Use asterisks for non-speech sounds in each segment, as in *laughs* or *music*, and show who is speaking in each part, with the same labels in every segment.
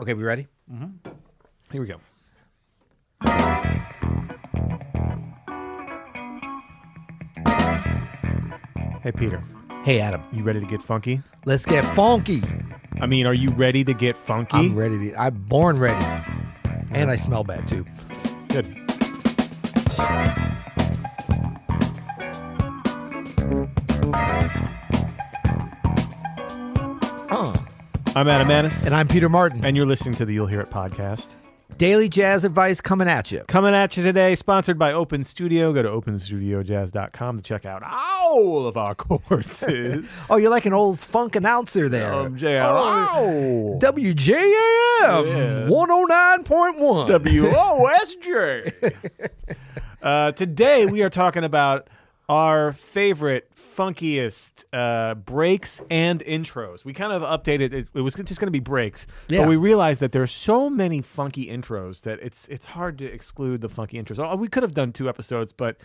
Speaker 1: Okay, we ready? Mm-hmm. Here we go.
Speaker 2: Hey, Peter,
Speaker 1: Hey, Adam,
Speaker 2: you ready to get funky?
Speaker 1: let's get funky.
Speaker 2: I mean, are you ready to get funky?
Speaker 1: I'm ready. To, I'm born ready, and I smell bad too.
Speaker 2: Good.
Speaker 1: Ah.
Speaker 2: I'm Adam Manis,
Speaker 1: And I'm Peter Martin.
Speaker 2: and you're listening to the You'll Hear It podcast.
Speaker 1: Daily jazz advice coming at you.
Speaker 2: Coming at you today, sponsored by Open Studio. Go to openstudiojazz.com to check out all of our *laughs* courses.
Speaker 1: Oh, you're like an old funk announcer there.
Speaker 2: Um, JR.
Speaker 1: Oh, WJAM
Speaker 2: Yeah.
Speaker 1: 109.1.
Speaker 2: WOSJ. *laughs* uh, today we are talking about our favorite funkiest uh, breaks and intros. We kind of updated it. It was just going to be breaks,
Speaker 1: Yeah.
Speaker 2: but we realized that there are so many funky intros that it's it's hard to exclude the funky intros. Oh, We could have done two episodes, but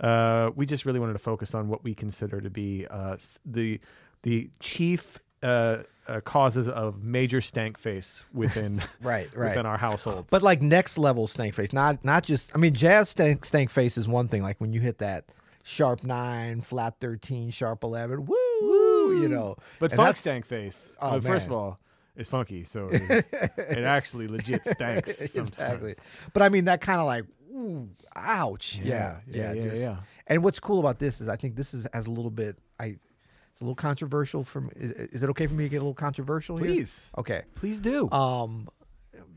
Speaker 2: uh, we just really wanted to focus on what we consider to be uh, s- the the chief. Uh, uh, causes of major stank face within
Speaker 1: *laughs* Right, right.
Speaker 2: within our households.
Speaker 1: But like next level stank face, not not just. I mean, jazz stank, stank face is one thing. Like when you hit that sharp nine, flat thirteen, sharp eleven, woo, you know.
Speaker 2: But
Speaker 1: And
Speaker 2: funk
Speaker 1: that's-
Speaker 2: stank face.
Speaker 1: Oh,
Speaker 2: uh, first of
Speaker 1: man.
Speaker 2: all, it's funky, so it, is-
Speaker 1: *laughs*
Speaker 2: it actually legit stanks *laughs* sometimes.
Speaker 1: exactly. But I mean, that kind of like, ooh, ouch. Yeah, yeah,
Speaker 2: yeah, yeah,
Speaker 1: just-
Speaker 2: yeah.
Speaker 1: And what's cool about this is I think this is has a little bit. I it's a little controversial for me. Is, is it okay for me to get a little controversial here?
Speaker 2: Please.
Speaker 1: Okay.
Speaker 2: Please do.
Speaker 1: Um,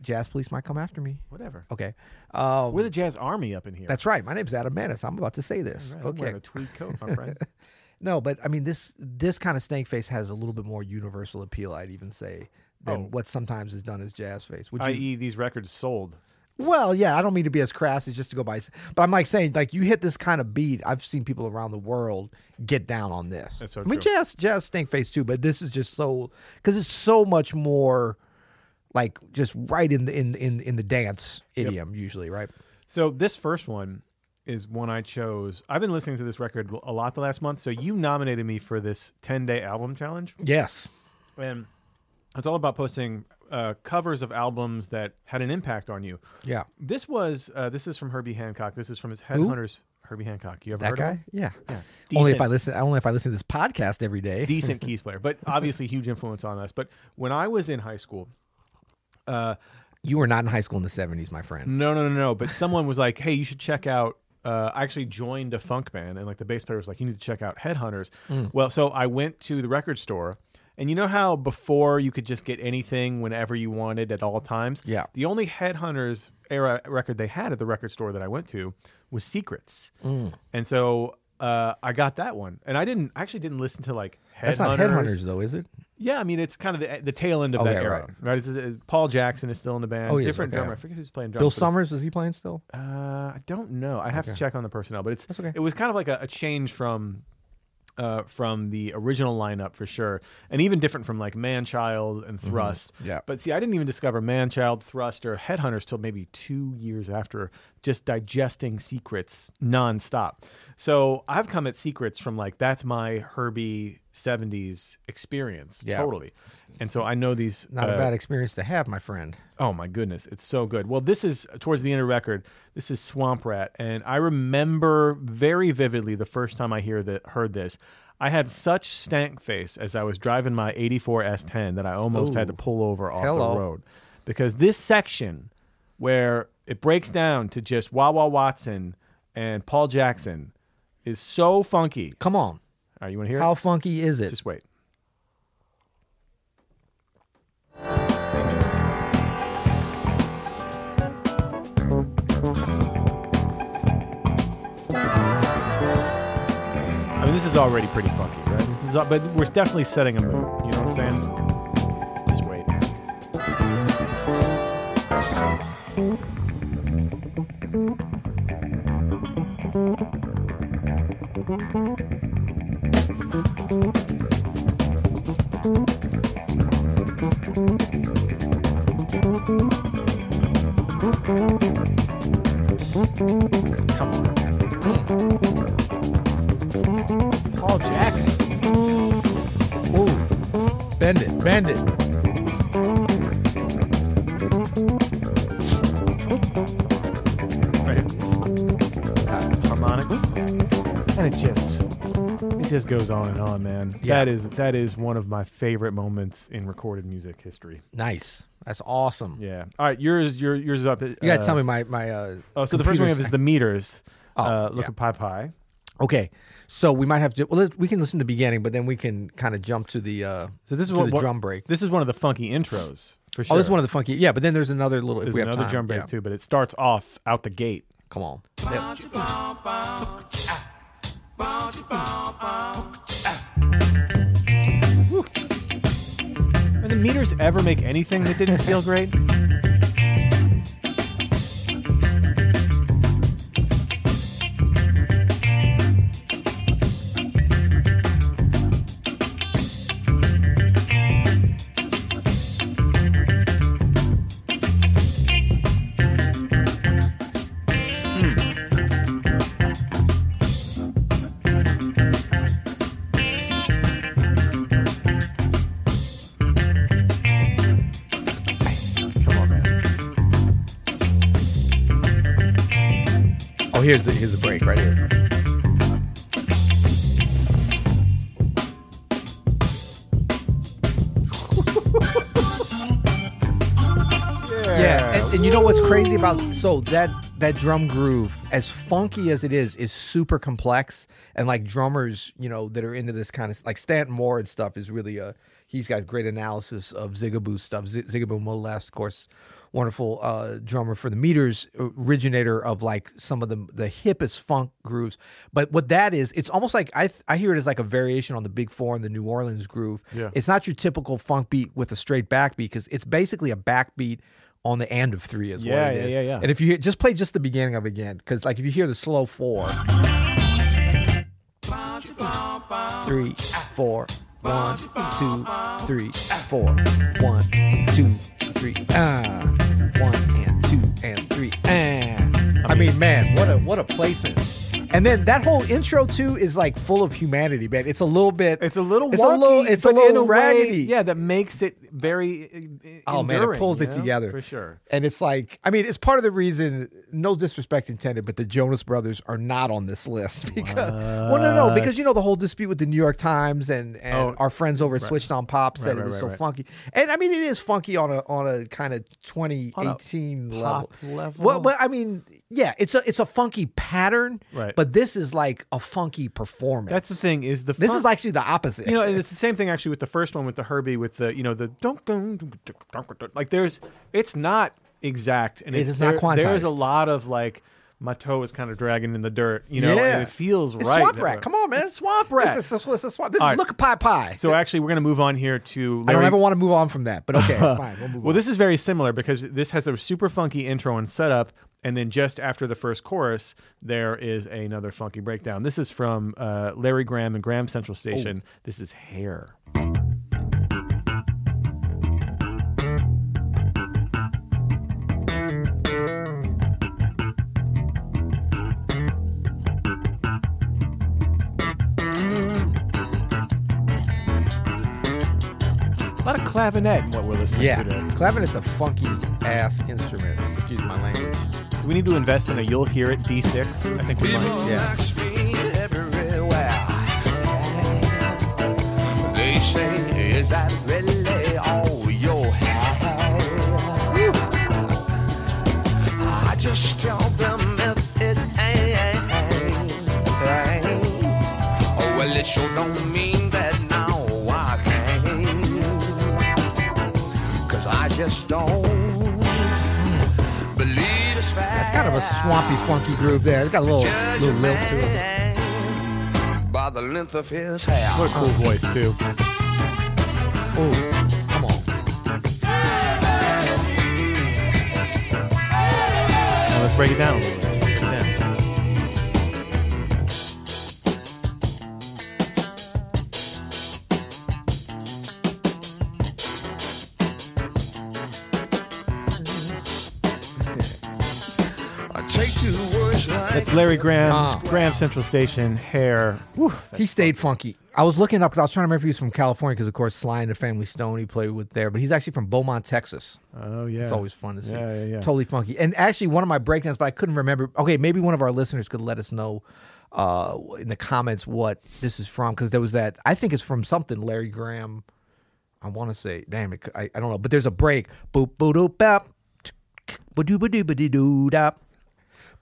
Speaker 1: jazz police might come after me.
Speaker 2: Whatever.
Speaker 1: Okay. Um,
Speaker 2: We're the jazz army up in here.
Speaker 1: that's right. My name's Adam Manis. I'm about to say this.
Speaker 2: right. I'm
Speaker 1: Okay.
Speaker 2: wearing a tweed coat,
Speaker 1: *laughs*
Speaker 2: my friend.
Speaker 1: No, but I mean this this kind of snake face has a little bit more universal appeal. I'd even say than
Speaker 2: Oh.
Speaker 1: what sometimes is done as jazz face. Would you?
Speaker 2: I.e., E, these records sold.
Speaker 1: well, yeah. I don't mean to be as crass as just to go by, s- but I'm like saying like you hit this kind of beat. I've seen people around the world get down on this.
Speaker 2: That's so
Speaker 1: I mean
Speaker 2: true.
Speaker 1: jazz jazz snake face too, but this is just so because it's so much more like just right in the in in in the dance idiom usually, right?
Speaker 2: So this first one is one I chose. I've been listening to this record a lot the last month. So you nominated me for this 10 day album challenge.
Speaker 1: Yes.
Speaker 2: And it's all about posting uh, covers of albums that had an impact on you.
Speaker 1: Yeah.
Speaker 2: This was uh, this is from Herbie Hancock. This is from his Headhunters. Herbie Hancock. You ever
Speaker 1: That
Speaker 2: heard of
Speaker 1: guy.
Speaker 2: him?
Speaker 1: Yeah.
Speaker 2: Yeah.
Speaker 1: Only if
Speaker 2: Decent.
Speaker 1: I listen. Only if I listen to this podcast every day. *laughs*
Speaker 2: Decent keys player, but obviously huge influence on us. But when I was in high school,
Speaker 1: You were not in high school in the 70s, my friend.
Speaker 2: no, no, no, no. But someone was like, "Hey, you should check out." Uh, I actually joined a funk band, and like the bass player was like, "You need to check out Headhunters."
Speaker 1: Hmm.
Speaker 2: Well, so I went to the record store, and you know how before you could just get anything whenever you wanted at all times.
Speaker 1: Yeah.
Speaker 2: The only Headhunters era record they had at the record store that I went to was Secrets,
Speaker 1: Hmm.
Speaker 2: and so uh, I got that one. And I didn't I actually didn't listen to like Headhunters.
Speaker 1: That's not Headhunters, though, is it?
Speaker 2: Yeah, I mean it's kind of the, the tail end of
Speaker 1: Okay,
Speaker 2: that era,
Speaker 1: right.
Speaker 2: right? This is- is- Paul Jackson is still in the band.
Speaker 1: Oh, he is,
Speaker 2: Different
Speaker 1: okay.
Speaker 2: drummer. I forget who's playing drums.
Speaker 1: Bill
Speaker 2: but it's-
Speaker 1: Summers, is he playing still?
Speaker 2: Uh, I don't know. I have to check on the personnel, but it's
Speaker 1: That's okay.
Speaker 2: It was kind of like a, a change from. Uh, from the original lineup for sure, and even different from like Manchild and Thrust.
Speaker 1: Mm-hmm. Yeah.
Speaker 2: But see, I didn't even discover Manchild, Thrust, or Headhunters till maybe two years after, just digesting Secrets nonstop. So I've come at Secrets from like that's my Herbie '70s experience
Speaker 1: Yeah.
Speaker 2: totally, and so I know these
Speaker 1: Not
Speaker 2: uh,
Speaker 1: a bad experience to have, my friend.
Speaker 2: Oh my goodness, it's so good. Well, this is uh, towards the end of the record. This is Swamp Rat, and I remember very vividly the first time I hear that heard this. I had such stank face as I was driving my '84 S10 that I almost had to
Speaker 1: Ooh.
Speaker 2: pull over off
Speaker 1: Hello.
Speaker 2: the road because this section where it breaks down to just Wawa Watson and Paul Jackson is so funky.
Speaker 1: Come on.
Speaker 2: Are you want to hear?
Speaker 1: How
Speaker 2: it?
Speaker 1: funky is it?
Speaker 2: Just wait. I mean, this is already pretty funky, right? This is, but we're definitely setting a mood. You know what I'm saying? Just wait. Come on. Paul Jackson.
Speaker 1: Ooh. Bend it. Bend it.
Speaker 2: and it just it just goes on and on, man.
Speaker 1: Yeah.
Speaker 2: That is that is one of my favorite moments in recorded music history.
Speaker 1: Nice. That's awesome.
Speaker 2: Yeah. All right, yours your yours is up.
Speaker 1: You gotta tell me my my. Uh,
Speaker 2: Oh, so the first one we have
Speaker 1: computer's-
Speaker 2: is the meters.
Speaker 1: Oh,
Speaker 2: uh, look
Speaker 1: yeah.
Speaker 2: at Pie Pie.
Speaker 1: *laughs* Okay, so we might have to. Well, let, we can listen to the beginning, but then we can kind of jump to the. Uh,
Speaker 2: So this is
Speaker 1: to
Speaker 2: what,
Speaker 1: the
Speaker 2: what-
Speaker 1: drum break.
Speaker 2: This is one of the funky intros for sure.
Speaker 1: Oh, this is one of the funky. Yeah, but then there's another little. if
Speaker 2: There's
Speaker 1: we have
Speaker 2: another
Speaker 1: time.
Speaker 2: drum break
Speaker 1: yeah.
Speaker 2: too, but it starts off out the gate.
Speaker 1: Come on.
Speaker 2: Did the meters ever make anything that didn't
Speaker 1: *laughs*
Speaker 2: feel great? Come on, man.
Speaker 1: Oh, here's the here's the break right here. Yeah, and, and you know what's crazy about so that that drum groove, as funky as it is, is super complex. And like drummers, you know, that are into this kind of like Stanton Moore and stuff is really a he's got great analysis of Zigaboo stuff. Z- Zigaboo Molest, of course, wonderful uh, drummer for the Meters, originator of like some of the the hippest funk grooves. But what that is, it's almost like I th- I hear it as like a variation on the Big Four and the New Orleans groove.
Speaker 2: Yeah.
Speaker 1: It's not your typical funk beat with a straight backbeat because it's basically a backbeat on the end of three is
Speaker 2: Yeah,
Speaker 1: what it
Speaker 2: yeah,
Speaker 1: is.
Speaker 2: yeah, yeah.
Speaker 1: And if you hear, just play just the beginning of it again, because like if you hear the slow four, three, four, one, two, three, four, one, two, three, ah, one and two and three, ah. I mean, man, what a what a placement. And then that whole intro too is like full of humanity, man. It's a little bit.
Speaker 2: It's a little.
Speaker 1: It's a little.
Speaker 2: wonky,
Speaker 1: It's
Speaker 2: but
Speaker 1: a little
Speaker 2: in way,
Speaker 1: raggedy.
Speaker 2: yeah, that makes it very. uh,
Speaker 1: Oh, man, it
Speaker 2: enduring,
Speaker 1: pulls
Speaker 2: you
Speaker 1: it
Speaker 2: know?
Speaker 1: together.
Speaker 2: for sure.
Speaker 1: And it's like, I mean, it's part of the reason, no disrespect intended, but the Jonas Brothers are not on this list *laughs* because, well, no, no, because you know the whole dispute with the New York Times and, and
Speaker 2: Oh.
Speaker 1: our friends over at Switched On Pop said
Speaker 2: Right,
Speaker 1: it
Speaker 2: right,
Speaker 1: was
Speaker 2: right,
Speaker 1: so
Speaker 2: right.
Speaker 1: funky, and I mean, it is funky on a on a kind of twenty
Speaker 2: On a
Speaker 1: eighteen level.
Speaker 2: pop level?
Speaker 1: Well, but I mean, yeah, it's a it's a funky pattern,
Speaker 2: Right.
Speaker 1: But this is like a funky performance.
Speaker 2: That's the thing. Is the
Speaker 1: this
Speaker 2: fun-
Speaker 1: is actually the opposite.
Speaker 2: you know, and it's the same thing actually with the first one with the Herbie with the you know the dunk dunk, dunk, dunk, dunk, dunk. like there's it's not exact and
Speaker 1: It
Speaker 2: it's
Speaker 1: is not
Speaker 2: there- There's a
Speaker 1: quantized.
Speaker 2: lot of like my toe is kind of dragging in the dirt, you know,
Speaker 1: Yeah.
Speaker 2: and it feels
Speaker 1: it's
Speaker 2: right.
Speaker 1: swamp
Speaker 2: that
Speaker 1: rat.
Speaker 2: way.
Speaker 1: Come on, man,
Speaker 2: It's swamp rat.
Speaker 1: This is, this is swamp. This
Speaker 2: All
Speaker 1: is
Speaker 2: right.
Speaker 1: look pie pie.
Speaker 2: so actually, we're gonna move on here to
Speaker 1: I
Speaker 2: Larry-
Speaker 1: don't ever want to move on from that, but *laughs* okay, fine. We'll move
Speaker 2: Well,
Speaker 1: on.
Speaker 2: this is very similar because this has a super funky intro and setup, and then just after the first chorus, there is another funky breakdown. This is from uh, Larry Graham and Graham
Speaker 1: Oh.
Speaker 2: Central Station. This is Hair. A lot of clavinet in what we're listening
Speaker 1: yeah,
Speaker 2: to. Today.
Speaker 1: clavinet's a funky ass instrument. Excuse my language.
Speaker 2: Do we need to invest in a You'll Hear It D6? I think we might.
Speaker 1: Yeah.
Speaker 3: They say, is that really all you have? I just tell them if it ain't right. Oh, well, it sure don't mean that now I can't. Cause I just don't believe it's fact.
Speaker 1: It's kind of a swampy, funky groove there. It's got a little,
Speaker 3: Judge
Speaker 1: little
Speaker 3: a
Speaker 1: lilt to it.
Speaker 3: man By the length of his hair.
Speaker 2: What a cool voice, too.
Speaker 1: Oh, come on.
Speaker 2: Now let's break it down a little bit. Break it down.
Speaker 3: I take two words like
Speaker 2: That's Larry Graham's
Speaker 1: Ah.
Speaker 2: Graham Central Station Hair. Whew,
Speaker 1: He stayed funky. I was looking up because I was trying to remember if he was from California because, of course, Sly and the Family Stone he played with there, but he's actually from Beaumont, Texas.
Speaker 2: oh, yeah.
Speaker 1: It's always fun to see.
Speaker 2: Yeah, yeah, yeah.
Speaker 1: Totally funky. And actually, one of my breakdowns, but I couldn't remember. Okay, maybe one of our listeners could let us know uh, in the comments what this is from because there was that. I think it's from something Larry Graham. I want to say, damn it, I, I don't know, but there's a break. Boop boop doop bap, boop doop doop doop doop doop,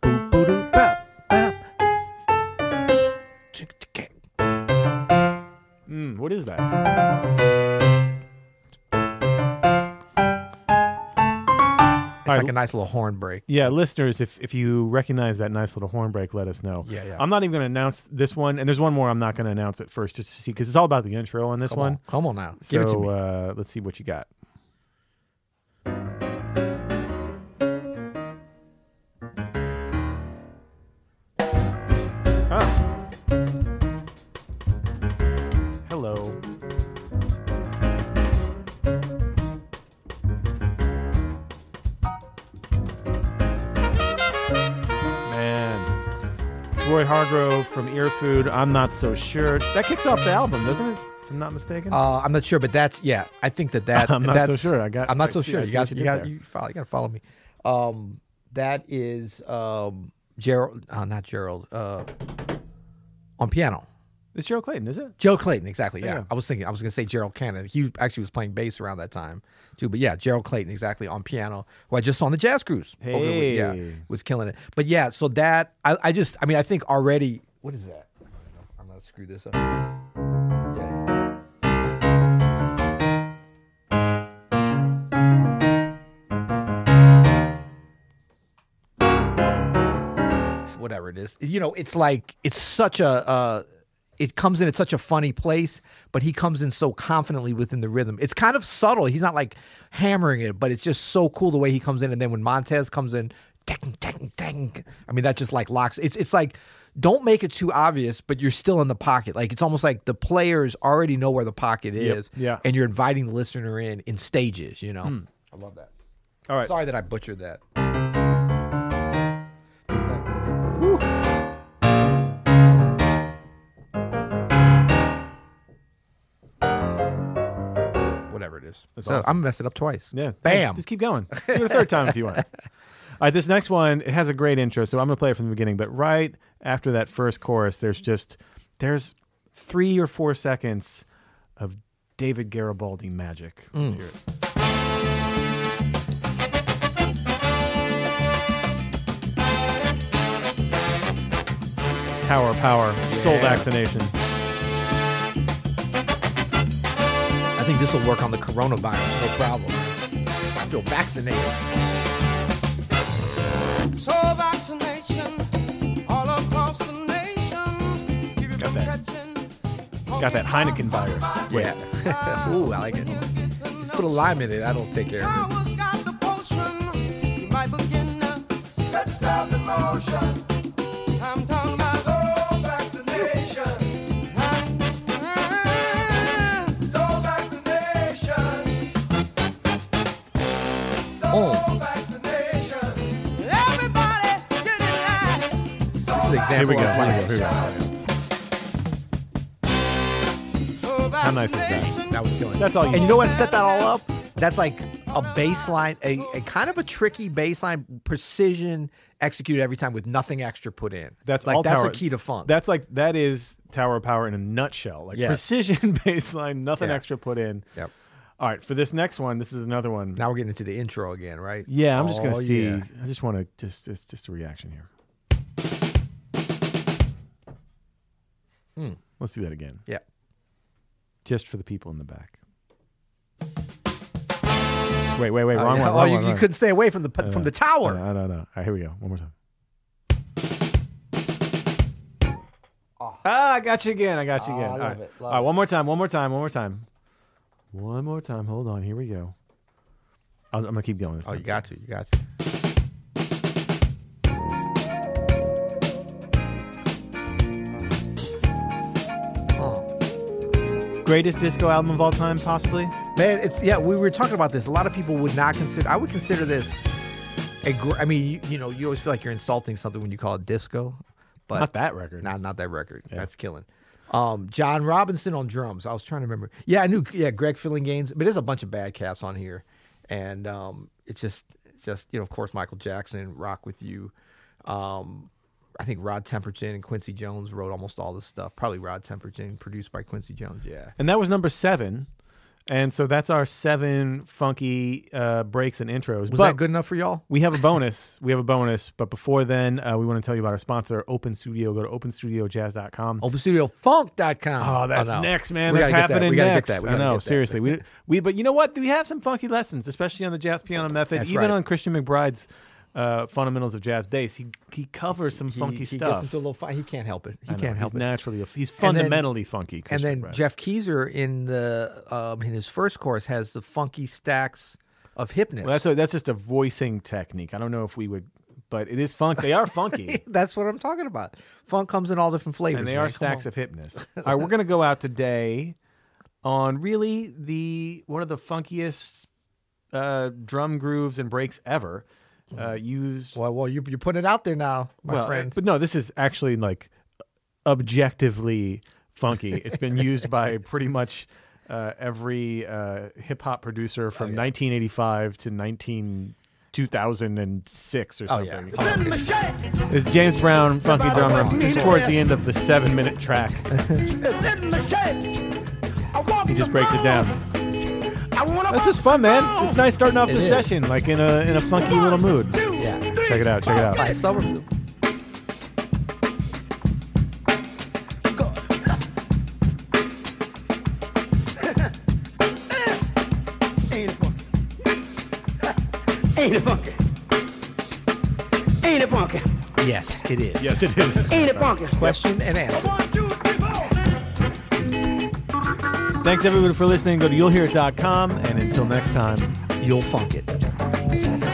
Speaker 1: boop boop doop bap bap. Tick, tick, tick.
Speaker 2: Mm, what is that?
Speaker 1: It's like a nice little horn break.
Speaker 2: Yeah, listeners, if, if you recognize that nice little horn break, let us know.
Speaker 1: Yeah, yeah.
Speaker 2: I'm not even going to announce this one, and there's one more I'm not going to announce at first just to see because it's all about the intro on this
Speaker 1: Come
Speaker 2: one.
Speaker 1: on, come on now,
Speaker 2: So
Speaker 1: give it to me.
Speaker 2: Uh, let's see what you got. Ah. Hello. Man. It's Roy Hargrove from Earfood. I'm not so sure. That kicks off the album, doesn't it? If I'm not mistaken.
Speaker 1: Uh, I'm not sure, but that's yeah. I think that that
Speaker 2: *laughs* I'm not so
Speaker 1: that's-
Speaker 2: sure. I got-
Speaker 1: I'm not
Speaker 2: I
Speaker 1: so
Speaker 2: see-
Speaker 1: sure.
Speaker 2: I
Speaker 1: You
Speaker 2: see
Speaker 1: got
Speaker 2: what you
Speaker 1: you
Speaker 2: did
Speaker 1: got
Speaker 2: there.
Speaker 1: you, follow, you got to follow me. Um, that is um Gerald, uh, not Gerald, uh, on piano.
Speaker 2: It's Gerald Clayton, is it?
Speaker 1: Joe Clayton, exactly. Yeah.
Speaker 2: Yeah.
Speaker 1: I was thinking I was gonna say Gerald Cannon. He actually was playing bass around that time too. But yeah, Gerald Clayton, exactly on piano, who I just saw on the Jazz Cruise. over the week- yeah,
Speaker 2: Hey.
Speaker 1: was killing it. But yeah, so that I, I just I mean I think already what is that? I'm gonna screw this up. Yeah. whatever it is. You know, it's like it's such a uh it comes in at such a funny place, but he comes in so confidently within the rhythm. It's kind of subtle. He's not like hammering it, but it's just so cool the way he comes in. And then when Montez comes in, dang, dang, dang. I mean, that just like locks. It's it's like don't make it too obvious, but you're still in the pocket. Like it's almost like the players already know where the pocket is,
Speaker 2: Yeah.
Speaker 1: and you're inviting the listener in in stages. You know, I love that.
Speaker 2: All right.
Speaker 1: Sorry that I butchered that. Whatever it is. So
Speaker 2: awesome.
Speaker 1: I'm messing up twice.
Speaker 2: Yeah.
Speaker 1: Bam.
Speaker 2: Just keep going. Do it a third time if you
Speaker 1: *laughs*
Speaker 2: want. All right, this next one, it has a great intro, so I'm going to play it from the beginning. But right after that first chorus, there's just, there's three or four seconds of David Garibaldi magic.
Speaker 1: Mm.
Speaker 2: Let's hear it. It's Tower of Power, soul
Speaker 1: Yeah.
Speaker 2: vaccination.
Speaker 1: I think this will work on the coronavirus. No problem. I feel vaccinated.
Speaker 3: So vaccination all across the nation. If you
Speaker 2: Got
Speaker 3: been
Speaker 2: that.
Speaker 3: catching-
Speaker 2: Got that Heineken virus.
Speaker 1: Yeah. *laughs* Ooh, I like it. Just put a lime in it. That'll take care of it.
Speaker 3: Flowers got the potion. You might begin to sense out the motion. I'm talking about so vaccination. So vaccination.
Speaker 1: Oh,
Speaker 3: vaccination. Everybody get in line.
Speaker 1: this
Speaker 3: So
Speaker 1: is an
Speaker 2: Here
Speaker 1: example
Speaker 2: we go.
Speaker 1: of like,
Speaker 2: Here we go. Here we go.
Speaker 3: How
Speaker 2: nice is that?
Speaker 1: that was killing. it.
Speaker 2: That's all Oh, you
Speaker 1: And you
Speaker 2: need.
Speaker 1: know what set that all up? That's like a baseline, a, a kind of a tricky baseline, precision executed every time with nothing extra put in.
Speaker 2: That's
Speaker 1: like
Speaker 2: all
Speaker 1: that's
Speaker 2: tower,
Speaker 1: a key to funk.
Speaker 2: That's like that is Tower of Power in a nutshell. Like
Speaker 1: Yes.
Speaker 2: precision *laughs* baseline, nothing
Speaker 1: Yeah.
Speaker 2: extra put in.
Speaker 1: Yep.
Speaker 2: All right, for this next one, this is another one.
Speaker 1: Now we're getting into the intro again, right?
Speaker 2: yeah, I'm just gonna
Speaker 1: Oh,
Speaker 2: see.
Speaker 1: yeah.
Speaker 2: I just want to just it's just a reaction here.
Speaker 1: Hmm.
Speaker 2: Let's do that again,
Speaker 1: Yeah.
Speaker 2: just for the people in the back. Wait, wait, wait!
Speaker 1: Uh,
Speaker 2: Wrong
Speaker 1: yeah. oh,
Speaker 2: one. wrong
Speaker 1: you,
Speaker 2: one,
Speaker 1: you
Speaker 2: wrong
Speaker 1: couldn't stay away from the
Speaker 2: one.
Speaker 1: from the
Speaker 2: I
Speaker 1: tower.
Speaker 2: don't know. I don't know. All right, here we go. One more time. Ah, I got you again. I got you
Speaker 1: Ah,
Speaker 2: again.
Speaker 1: I
Speaker 2: All
Speaker 1: love
Speaker 2: right.
Speaker 1: it, love
Speaker 2: All right,
Speaker 1: it.
Speaker 2: one more time. One more time. One more time. One more time. Hold on. Here we go. I'll, I'm gonna keep going this
Speaker 1: Oh,
Speaker 2: time.
Speaker 1: you got to, you got to. Oh.
Speaker 2: Greatest disco album of all time, possibly.
Speaker 1: Man, it's yeah. We were talking about this. A lot of people would not consider. I would consider this a. Gr- I mean, you, you know, you always feel like you're insulting something when you call it disco, but
Speaker 2: Not that record.
Speaker 1: Not not that record. That's killing. Um, John Robinson on drums. I was trying to remember. Yeah, I knew. Yeah, Greg Fillinganes. But there's a bunch of bad cats on here, and um, it's just just you know, of course, Michael Jackson, Rock with You. Um, I think Rod Temperton and Quincy Jones wrote almost all this stuff. Probably Rod Temperton, produced by Quincy Jones. Yeah.
Speaker 2: And that was number seven. And so that's our seven funky uh, breaks and intros.
Speaker 1: Was
Speaker 2: but
Speaker 1: that good enough for y'all?
Speaker 2: we have a bonus. we have a bonus. But before then, uh, we want to tell you about our sponsor, Open Studio. Go to openstudiojazz.com.
Speaker 1: OpenStudioFunk.com.
Speaker 2: Oh, that's
Speaker 1: no.
Speaker 2: next, man.
Speaker 1: We
Speaker 2: that's
Speaker 1: gotta get that.
Speaker 2: happening
Speaker 1: We gotta get
Speaker 2: next.
Speaker 1: that. We
Speaker 2: I
Speaker 1: gotta
Speaker 2: know,
Speaker 1: get that.
Speaker 2: seriously. We we but you know what? We have some funky lessons, especially on the jazz piano method,
Speaker 1: That's
Speaker 2: even
Speaker 1: right.
Speaker 2: on Christian McBride's uh, fundamentals of jazz bass. He he covers some funky
Speaker 1: he, He gets
Speaker 2: stuff.
Speaker 1: into a little fi- He can't help it. He
Speaker 2: I know,
Speaker 1: can't help
Speaker 2: he's
Speaker 1: it.
Speaker 2: naturally a- he's
Speaker 1: And then-
Speaker 2: fundamentally funky.
Speaker 1: and
Speaker 2: Christian
Speaker 1: then
Speaker 2: McBride.
Speaker 1: Jeff Keezer in the um, in his first course has the funky stacks of hypnosis.
Speaker 2: Well, that's a, that's just a voicing technique. I don't know if we would, but it is funk. They
Speaker 1: *laughs*
Speaker 2: are funky,
Speaker 1: That's what I'm talking about. Funk comes in all different flavors.
Speaker 2: and they
Speaker 1: man.
Speaker 2: are
Speaker 1: Come
Speaker 2: stacks
Speaker 1: on.
Speaker 2: of
Speaker 1: *laughs*
Speaker 2: hipness. All right, we're gonna go out today on really the one of the funkiest uh, drum grooves and breaks ever uh, used.
Speaker 1: Well, well, you you put it out there now, my
Speaker 2: well,
Speaker 1: friend.
Speaker 2: but no, this is actually like objectively funky.
Speaker 1: *laughs*
Speaker 2: It's been used by pretty much. Uh, every uh, hip hop
Speaker 1: Oh,
Speaker 2: producer from 1985 to 19, 2006 or
Speaker 1: Oh,
Speaker 2: something.
Speaker 1: yeah.
Speaker 2: This is James Brown, funky drummer, just towards the end of the seven minute track. He just breaks it down. That's just fun, man. It's nice starting off
Speaker 1: It
Speaker 2: the
Speaker 1: is.
Speaker 2: session like in a in a funky little mood.
Speaker 1: Yeah.
Speaker 2: Check it out, check it out.
Speaker 1: All right, so we're-
Speaker 4: *laughs* Ain't it funky? Ain't it funky? Ain't it funky?
Speaker 1: yes, it is.
Speaker 2: Yes, it is.
Speaker 4: Ain't it funky?
Speaker 1: Question and answer.
Speaker 4: One, two, three, four.
Speaker 2: Thanks everybody for listening. Go to you'llhearit.com and until next time.
Speaker 1: You'll funk it.
Speaker 4: Ain't